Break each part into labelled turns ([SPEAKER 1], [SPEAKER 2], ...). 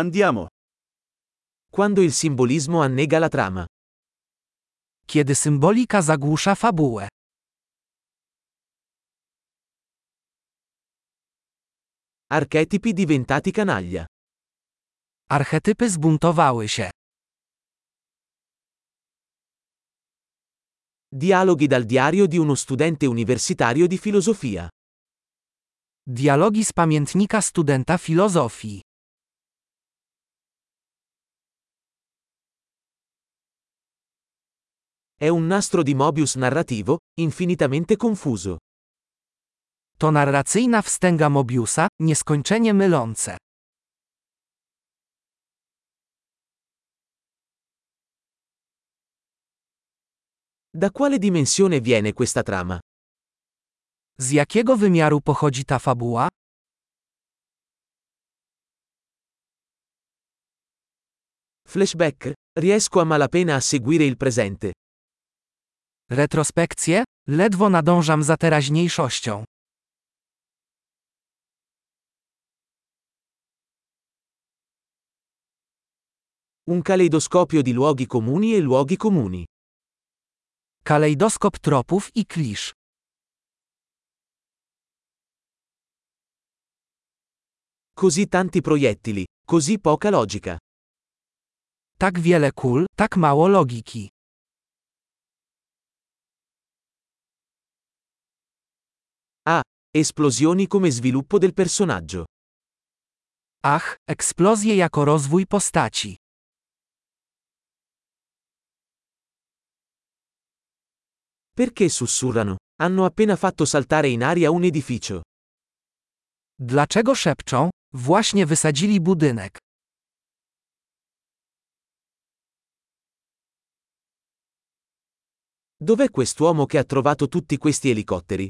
[SPEAKER 1] Andiamo.
[SPEAKER 2] Quando il simbolismo annega la trama.
[SPEAKER 3] Kiedy symbolika zagłusza fabułę.
[SPEAKER 2] Archetipi diventati canaglia.
[SPEAKER 3] Archetypy zbuntowały się.
[SPEAKER 2] Dialoghi dal diario di uno studente universitario di filosofia.
[SPEAKER 3] Dialogi z pamiętnika studenta filozofii.
[SPEAKER 2] È un nastro di Mobius narrativo, infinitamente confuso.
[SPEAKER 3] To narracyjna wstęga Mobiusa, nieskończenie mylące.
[SPEAKER 2] Da quale dimensione viene questa trama?
[SPEAKER 3] Z jakiego wymiaru pochodzi ta fabuła?
[SPEAKER 2] Flashback? Riesco a malapena a seguire il presente.
[SPEAKER 3] Retrospekcje? Ledwo nadążam za teraźniejszością.
[SPEAKER 2] Un caleidoscopio di luoghi comuni e luoghi comuni.
[SPEAKER 3] Kalejdoskop tropów i klisz.
[SPEAKER 2] Così tanti proiettili, così poca logica.
[SPEAKER 3] Tak wiele kul, tak mało logiki.
[SPEAKER 2] Esplosioni come sviluppo del personaggio.
[SPEAKER 3] Ach, eksplozje jako rozwój postaci.
[SPEAKER 2] Perché sussurrano? Hanno appena fatto saltare in aria un edificio.
[SPEAKER 3] Dlaczego szepczą? Właśnie wysadzili budynek.
[SPEAKER 2] Dov'è quest'uomo che ha trovato tutti questi elicotteri?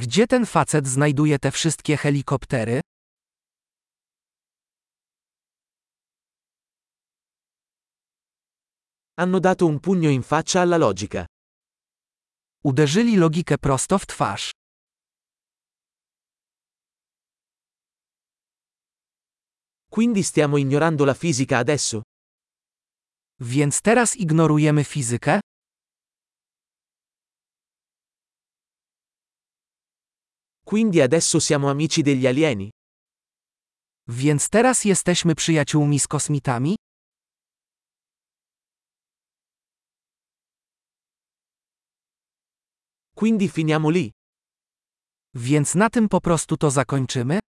[SPEAKER 3] Gdzie ten facet znajduje te wszystkie helikoptery?
[SPEAKER 2] Hanno dato un pugno in faccia alla logica.
[SPEAKER 3] Uderzyli logikę prosto w twarz.
[SPEAKER 2] Quindi stiamo ignorando la fisica adesso?
[SPEAKER 3] Więc teraz ignorujemy fizykę?
[SPEAKER 2] Quindi adesso siamo amici degli alieni?
[SPEAKER 3] Więc teraz jesteśmy przyjaciółmi z kosmitami?
[SPEAKER 2] Quindi finiamo lì?
[SPEAKER 3] Więc na tym po prostu to zakończymy?